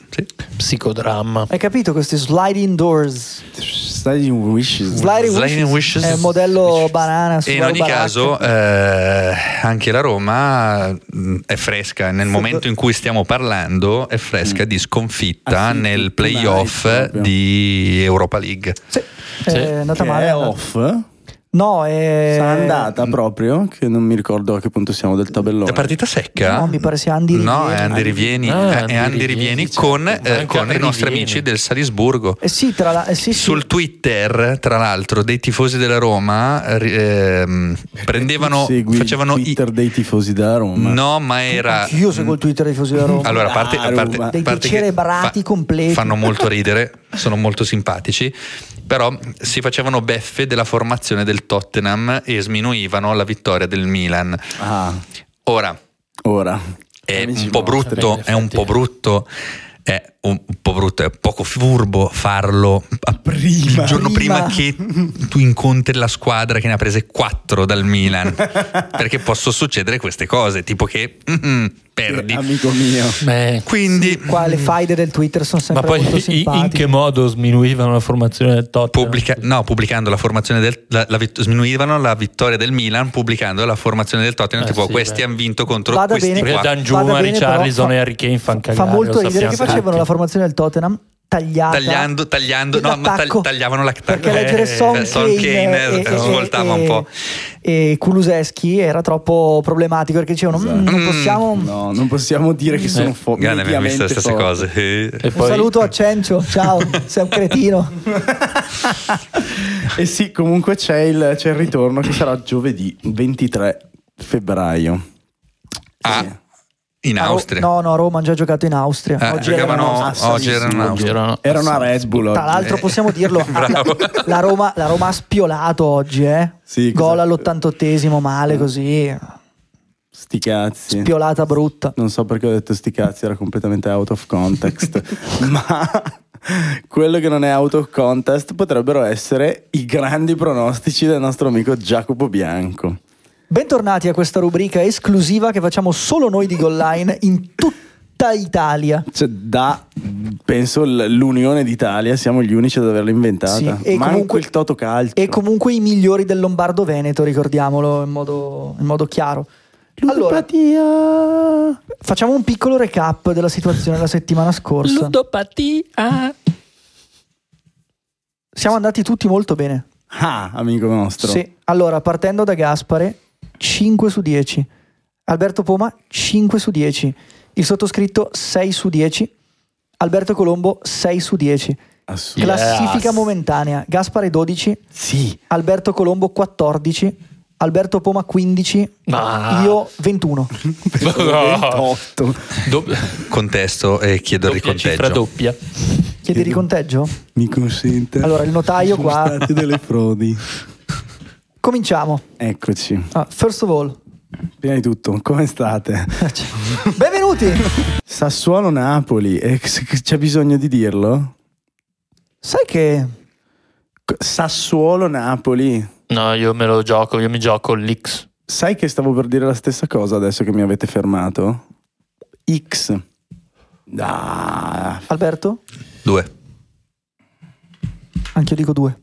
sì. Psicodramma. Hai capito questi sliding doors? Stai in wishes. Sliding, Sliding wishes. wishes. È un modello banana E in ogni Subaru caso Ah, baracca. eh, anche la Roma mh, è fresca, nel momento in cui stiamo parlando è fresca di sconfitta Mm. Ah, sì, nel tonight playoff proprio. di Europa League. Sì, Eh, Sì. è andata Che male. Eh, è off? No, è... Sarà andata proprio, che non mi ricordo a che punto siamo del tabellone. La partita secca? No, mi pare sia Andy No, Rivieni. è Andy Rivieni, Ah, è Andy Andy Rivieni Rivieni, con, certo. eh, Anche con i Andy nostri Rivieni. amici del Salisburgo. Eh sì, tra la... eh sì, sì. Sul Twitter, tra l'altro, dei tifosi della Roma eh, ri- ehm, prendevano, Segui il facevano i- Twitter dei tifosi da Roma. No, ma era. Mm-hmm. Anch'io seguo il Twitter dei tifosi della Roma. Allora, a parte, a Ah, parte- Roma. a Dei parte che decerebrati completi. Fanno molto ridere, sono molto simpatici. Però si facevano beffe della formazione del Tottenham e sminuivano la vittoria del Milan. Ah, Ora ora. è Amici un po' nostri. brutto, Beh, è un po' infatti. brutto. È un po' brutto, è poco furbo farlo a- il giorno prima. Prima. che tu incontri la squadra che ne ha prese 4 dal Milan. perché possono succedere queste cose, tipo che mm, perdi. Amico mio. Beh, Quindi Qua le faide del Twitter sono ma sempre poi molto i- simpatiche. in che modo sminuivano la formazione del Tottenham? Pubblica- no, pubblicando la formazione del la, la vit- sminuivano la vittoria del Milan pubblicando la formazione del Tottenham, Eh tipo sì, questi beh. hanno vinto contro Vada questi bene, Perché qua. Dan Juma, vada bene, però Richarlison fa- e Harry Kane fan Fa cagare, molto lo ridere che sappiamo facevano tutti. la formazione del Tottenham tagliata. Tagliando, tagliando, no, ma tag- L'attacco. tagliavano la Perché eh, leggere Son eh, Kane, Son Kane, eh, svoltava un po'. E Kuluseschi era troppo problematico perché dicevano Esatto. "Mm, non Mm, possiamo... No, non possiamo dire che sono fo- Eh. Grande, abbiamo visto le mediamente stesse forti. cose. Eh. E Un poi- saluto a Cencio, ciao, sei un cretino. E sì, comunque c'è il, c'è il ritorno che sarà giovedì 23 febbraio. Ah, in A Ro- Austria. Ah, oh, No, no, Roma ha già giocato in Austria. Ah, Oggi giocavano- erano- a Sassari, oggi erano sì, in Austria. Erano- Era una Red Bull. Tra oggi. l'altro possiamo dirlo, la, Bravo. la Roma, la Roma ha spiolato oggi, eh? Sì, cosa- Gol all'88esimo, male Eh. così, Sti cazzi. spiolata brutta. non so perché ho detto sti cazzi, era completamente out of context, ma quello che non è out of context potrebbero essere i grandi pronostici del nostro amico Giacomo Bianco. Bentornati a questa rubrica esclusiva che facciamo solo noi di Golline in tutta Italia. Cioè, da penso l- l'Unione d'Italia siamo gli unici ad averla inventata. Sì, Manco il Toto Calcio. E comunque i migliori del Lombardo Veneto, ricordiamolo in modo, in modo chiaro. Allora, Ludopatia. facciamo un piccolo recap della situazione della settimana scorsa. Ludopatia. Siamo andati tutti molto bene. Ah, amico nostro. Sì, allora partendo da Gaspare, 5 su 10. Alberto Poma, 5 su 10. Il sottoscritto, 6 su 10. Alberto Colombo, 6 su 10. Assurdo. Classifica momentanea. Gaspare 12, Sì. Alberto Colombo 14, Alberto Poma 15, Ma- io 21. No. 28. Dob- Contesto e chiedo il doppia cifra riconteggio. doppia. Chiedi riconteggio? Mi consente. Allora, il notaio Sono qua- state delle frodi. Cominciamo. Eccoci. Ah, first of all, Prima di tutto, come state? benvenuti. Sassuolo Napoli, eh, c- c- c'è bisogno di dirlo? Sai che Sassuolo Napoli. No, io me lo gioco, io mi gioco l'X. Sai che stavo per dire la stessa cosa adesso che mi avete fermato? X. Ah, Alberto? Due. Anche io dico 2.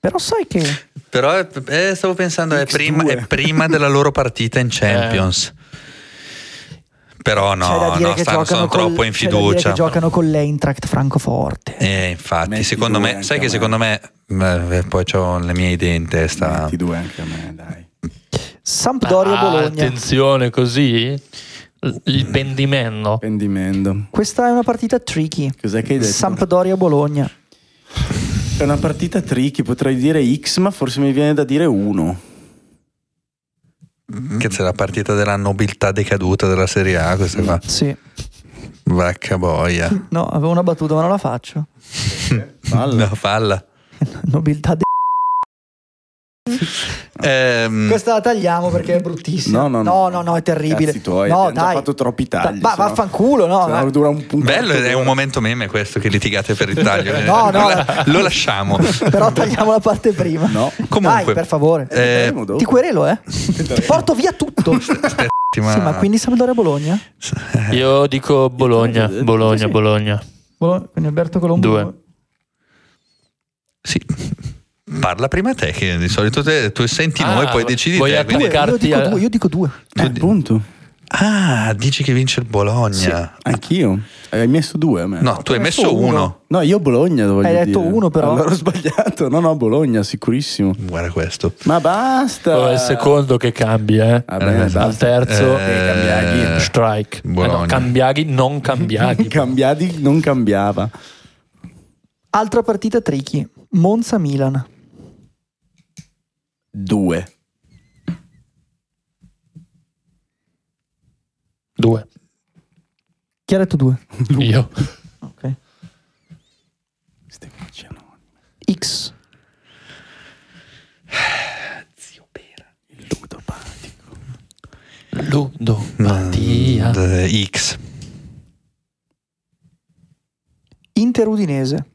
Però sai che Però eh, stavo pensando, è X2. prima, è prima della loro partita Eh. in Champions. Però c'è da no, dire no che stanno, sono giocano col- troppo in c'è da dire fiducia. che giocano con l'Eintracht Francoforte. Eh, infatti, Metti secondo due me, anche sai a che me. secondo me, eh, poi ho le mie idee in testa. metti due anche a me, dai. Sampdoria Ah, Bologna. Attenzione così. L- Il pendimento. Pendimento. Questa è una partita tricky. Cos'è che hai detto? Sampdoria Bologna. È una partita tricky, potrei dire X, ma forse mi viene da dire 1. Che c'è la partita della nobiltà decaduta della Serie A, questa Mm. qua. Sì. Vacca boia. No, avevo una battuta, ma non la faccio. No, falla. Nobiltà de- Ehm, Questa la tagliamo perché è bruttissima. No, no, no, no. è terribile. Cazzi tuoi, no, abbiamo già dai. fatto troppi tagli, Ma se no- vaffanculo, no. Se no dai. dura un punto. Bello, è un momento meme questo che litigate per il taglio. Eh, No, Lo no. la- Lo lasciamo. Però tagliamo la parte prima. No. Comunque. Dai, per favore. Eh, Vedremo dopo. Ti querelo, eh. Ti porto via tutto. Ma- Sì, ma quindi Sampdoria Bologna? Eh. Io dico Bologna, Sì. Bologna, Bologna. Bologna- Quindi Alberto Colombo. Due. Sì. Parla prima te, che di solito te- tu senti noi, Ah, poi decidi vuoi te. quindi- Due, Io Carti dico alla- due, io dico due. Eh, punto. Ah, dici che vince il Bologna. Anch'io. Hai messo due a me. No, tu hai ho messo messo uno. uno. No, io Bologna voglio Hai detto dire. uno, però. Allora ho sbagliato. No, no, Bologna, sicurissimo. Guarda questo. Ma Eh. basta. Oh, è il secondo che cambia, eh. Vabbè, basta. Al terzo, Eh, Cambiaghi. strike. Eh, Bologna. no, cambiaghi, non cambiaghi. Cambiati non cambiava. Altra partita tricky. Monza-Milan. Due. Due. Chi ha detto due? Io. Ok. Ste voci anonime. X. Il ludopatico. Mm. Ludopatia. Eh, X. Inter-Udinese.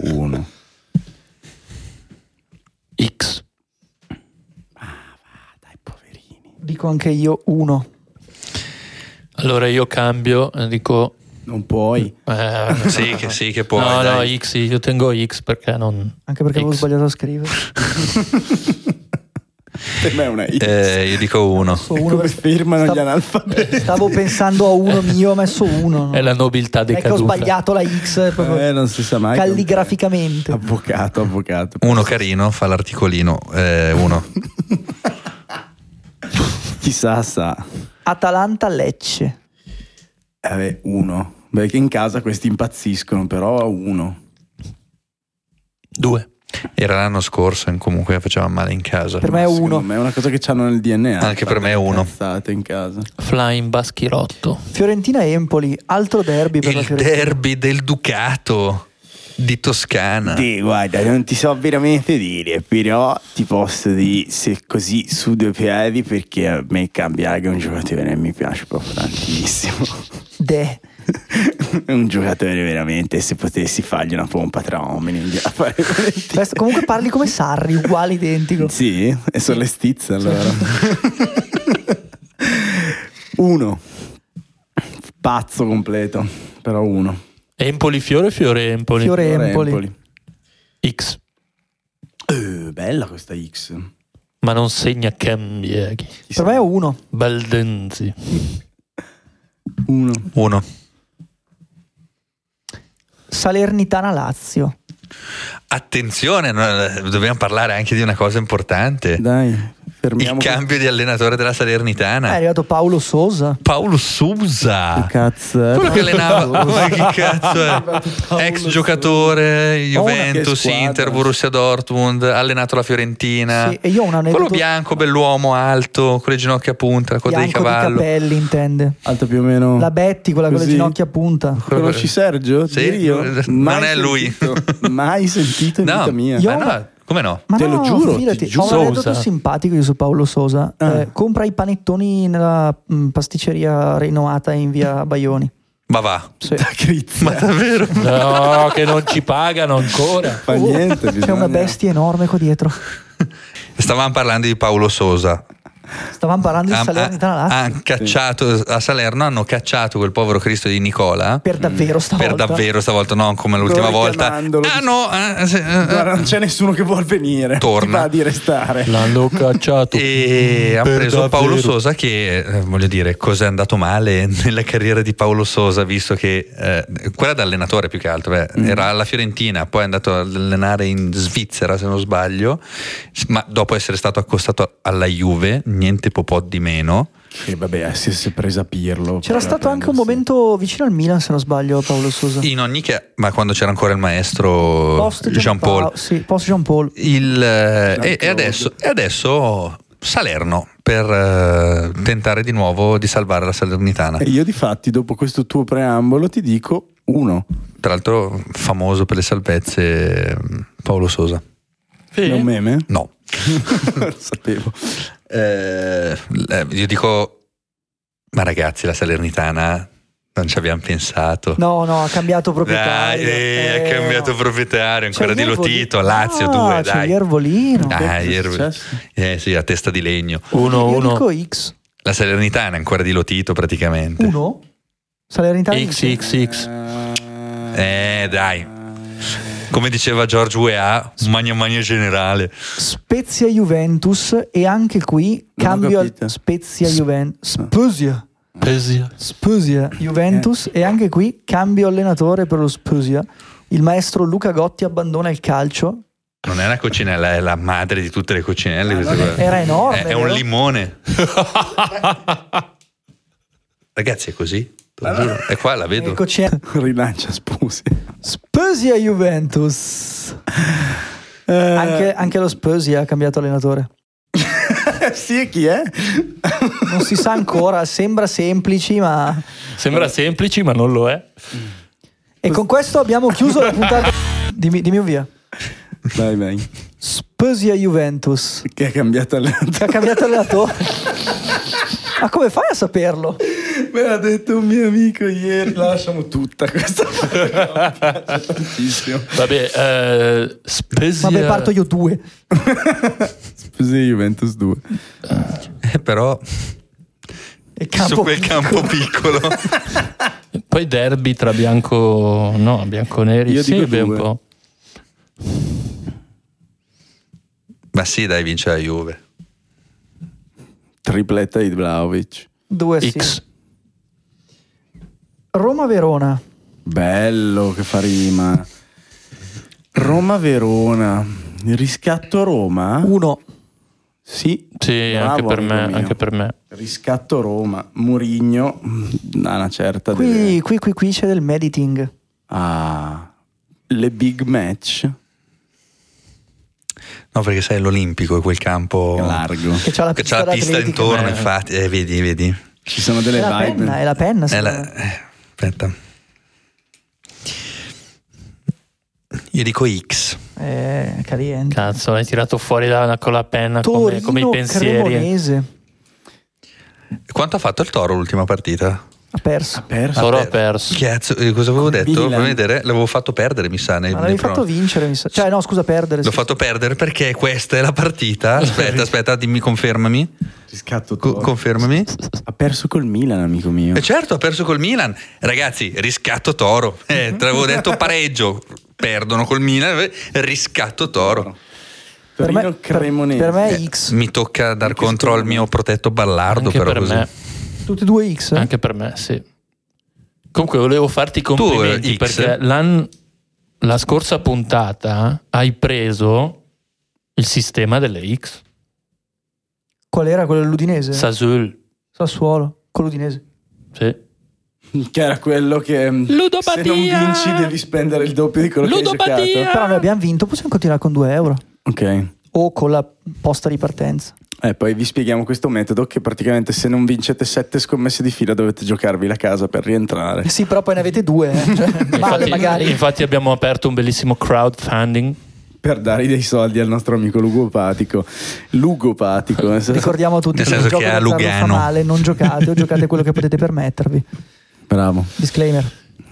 Uno. X. Dai, poverini. Dico anche io uno. Allora io cambio, eh, dico... Non puoi. eh, Sì, che, sì, che puoi. no, dai. no, X, io tengo X perché non... Anche perché avevo X. sbagliato a scrivere. Per me è una I. Eh, io dico uno. So È uno come per- firmano sta- gli analfabeti. Stavo pensando a uno mio, ho messo uno. È la nobiltà Non è che decaduta. Ecco, ho sbagliato la X proprio Eh, non si sa mai. calligraficamente. Avvocato, avvocato. Uno carino fa l'articolino. eh, uno. Chissà, sa. Atalanta-Lecce. Eh, Vabbè, uno. Perché in casa questi impazziscono, però a uno. Due. Era l'anno scorso, in- comunque faceva male in casa. Per me è Secondo uno. me è una cosa che hanno nel DNA. Anche per me è Fare uno. cazzate in casa. Flying Baschirotto. Fiorentina-Empoli, altro derby per la Il Fiorentina. derby del Ducato di Toscana. Eh. Sì, guarda, non ti so veramente dire, però ti posso dire se così su due piedi perché a me cambiare è un giocatore che mi piace proprio tantissimo. De. È un giocatore veramente, se potessi fargli una pompa tra uomini, gliela farei volentieri. Questo- comunque parli come Sarri, uguale identico. Sì, e sono le stizze allora. Certo. uno. Pazzo completo, però uno. Empoli Fiore, Fiore Empoli. Fiore Empoli. X. Eh, bella questa X. Ma non segna cambiaghi. Per me è uno. Baldenzi. Uno. Uno. Salernitana-Lazio. Attenzione, no, eh, dobbiamo parlare anche di una cosa importante. Dai, Il fermiamo. cambio di allenatore della È Salernitana. arrivato Paolo Sosa. Paolo Sousa. Cazzo. eh. Quello che allenava, ma che cazzo è? Ex giocatore Juventus, squadra. Inter, Borussia Dortmund, allenato la Fiorentina. Sì, e io ho un aneddoto- Eh. Quello bianco, bell'uomo, alto, con le ginocchia a punta, la coda di Bianco di cavallo. capelli, intende. Alto più o meno. La Betty, quella con le Così. ginocchia a punta. Conosci Sergio? Sì, Io? non Mai è lui. sentito- mai sentito in no, vita mia. ma Io- no, come no? Ma Te no, lo giuro, ti fidati, giuro. ho un aneddoto Sosa. simpatico io su Paolo Sosa. Ah. Eh, compra i panettoni nella mh, pasticceria rinomata in via Baioni. Ma va. Sì. Da Cioè, Crizia. Eh. Ma davvero? No, che non ci pagano ancora. Fa niente, C'è bisogna- una bestia enorme qua dietro. Stavamo parlando di Paolo Sosa. Stavamo parlando di Han- Salernitana Lazio. han cacciato a Salerno, hanno cacciato quel povero Cristo di Nicola. per davvero stavolta. Mm, Per davvero stavolta, non come l'ultima volta. richiamandolo, Ah dice- no, eh, se- eh, Guarda, non c'è nessuno che vuol venire. Torna. Ti va di restare. L'hanno cacciato. e ha Per preso Paolo davvero. Sosa che eh, voglio dire cosa è andato male nella carriera di Paolo Sosa visto che eh, quella da allenatore più che altro beh, era alla Fiorentina poi è andato ad allenare in Svizzera se non sbaglio s- ma dopo essere stato accostato alla Juve niente popò di meno Che vabbè, eh, si è presa Pirlo. C'era per stato anche un prendersi- momento vicino al Milan, se non sbaglio, Paolo Sosa. in ogni caso ma quando c'era ancora il maestro Post Jean Paul Paolo- Sì, post Jean Paul. Il, eh, e, Jean-Claude. e adesso, e adesso Salerno per eh, tentare di nuovo di salvare la Salernitana. E io di fatti, dopo questo tuo preambolo, ti dico uno. Tra l'altro famoso per le salvezze eh, Paolo Sosa. È un meme? No. non lo sapevo. Eh, eh, io dico, ma ragazzi la Salernitana non ci abbiamo pensato. No, no, ha cambiato Dai, proprietario. eh, ha Eh, cambiato no. proprietario, C'è ancora di Iervoli- Lotito, Lazio Ah, 2, C'è dai. Iervolino. Dai, Che è Iervoli. successo? Eh sì, a testa di legno. Io 1-1. dico X. La Salernitana ancora di Lotito praticamente. Uno? Salernitana X. XXX. Eh, dai. Eh, Come diceva George UEA, magna magna generale. Spezia Juventus e anche qui Non ho cambio al capito. Ah. Spezia Juventus. Spezia. Pesia. Eh. Spezia Juventus e anche qui cambio allenatore per lo Spezia. Il maestro Luca Gotti abbandona il calcio. Non è una coccinella, è la madre di tutte le coccinelle. questa qua. Era enorme, È, è un vero? limone. Ragazzi, è così. te lo giuro. È qua, la vedo. Ecco c'è Rilancia Spusi. Spezia Juventus. Eh, Anche, anche lo Spezia ha cambiato allenatore. sì, e chi è? Non si sa ancora, sembra semplici, ma Sembra semplice, ma non lo è. e con questo abbiamo chiuso la puntata. Dimmi, dimmi un via. Vai, vai. Spezia Juventus. Che ha cambiato allenatore. Che ha cambiato allenatore. Ma come fai a saperlo? Me l'ha detto un mio amico ieri. La lasciamo tutta questa. tantissimo. Vabbè, eh, Spezia. Vabbè, parto io due. Spusi Juventus 2. Eh, però E su quel campo piccolo. Poi derby tra bianco. No, bianconeri. Io sì, dico beh, un due. po'. Ma sì, dai, vince la Juve. Tripletta di Vlaovic. Due Eh sì. X. Roma-Verona. Bello che fa rima. Roma-Verona. Il Riscatto Roma? Uno. Sì. Sì, Bravo, anche per me. amico mio. Anche per me. Riscatto Roma. Murigno. Da una certa. Qui, deve- qui, qui, qui c'è del mediting. Ah. Le big match. No, perché sai, l'Olimpico è quel campo Oh. Largo. Che c'ha la che pista, c'ha la pista d'atletica. intorno, eh. infatti. Eh, vedi, vedi. Ci sono È delle la vibe. penna, è la penna. È secondo la- me. eh, Aspetta. Io dico X. Eh, caliente. Cazzo, l'hai tirato fuori da, con la penna come, come i Torino pensieri. Cremonese Quanto ha fatto il Toro l'ultima partita? ha perso. Ah, Perso. Toro ha Per- perso. Cazzo, eh, cosa avevo detto? Milan. Fammi vedere, l'avevo fatto perdere, mi sa. Nei, Ma nei l'avevi pro- fatto vincere, mi sa. Cioè, no, scusa, perdere. L'ho sì. fatto perdere perché questa è la partita. Aspetta, aspetta, dimmi, confermami. Riscatto Co- Toro. confermami. Ha perso col Milan, amico mio. E certo, ha perso col Milan. Ragazzi, riscatto Toro. Eh, Mhm. te l'avevo detto pareggio. Perdono col Milan, eh, riscatto Toro. Per Torino me, per- Cremonese. per me è Eh, X. mi tocca dar contro al mio protetto Ballardo, Anche però per così. me. Tutti e due X. eh? Anche per me, sì. Comunque volevo farti i complimenti eh, X. perché l'an- la scorsa puntata hai preso il sistema delle X. Qual era quello dell'Udinese? Sasul. Sassuolo. Con l'Udinese. Sì. Che era quello che mm, Ludopatia! se non vinci devi spendere il doppio di quello che hai Ludopatia! giocato. Però noi abbiamo vinto, possiamo continuare con 2 euro. Ok. O con la posta di partenza. E poi vi spieghiamo questo metodo che praticamente se non vincete sette scommesse di fila dovete giocarvi la casa per rientrare. Eh Sì, però poi ne avete due. Eh. Cioè, male Infatti, magari. infatti abbiamo aperto un bellissimo crowdfunding. Per dare dei soldi al nostro amico lugopatico. Lugopatico. eh, se- Ricordiamo a tutti Nel che il senso gioco che è a d'azzardo fa Lugano. male, non giocate o giocate quello che potete permettervi. Bravo. Disclaimer.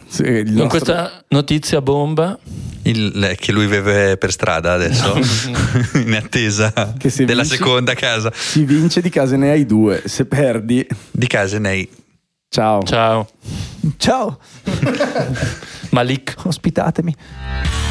Sì, il Con nostro- questa notizia bomba, Il- che lui vive per strada adesso, in attesa Che se della vinci- seconda casa. Si vince di case ne hai due. Se perdi, Di case ne hai ciao. ciao Ciao, Malik. ospitatemi.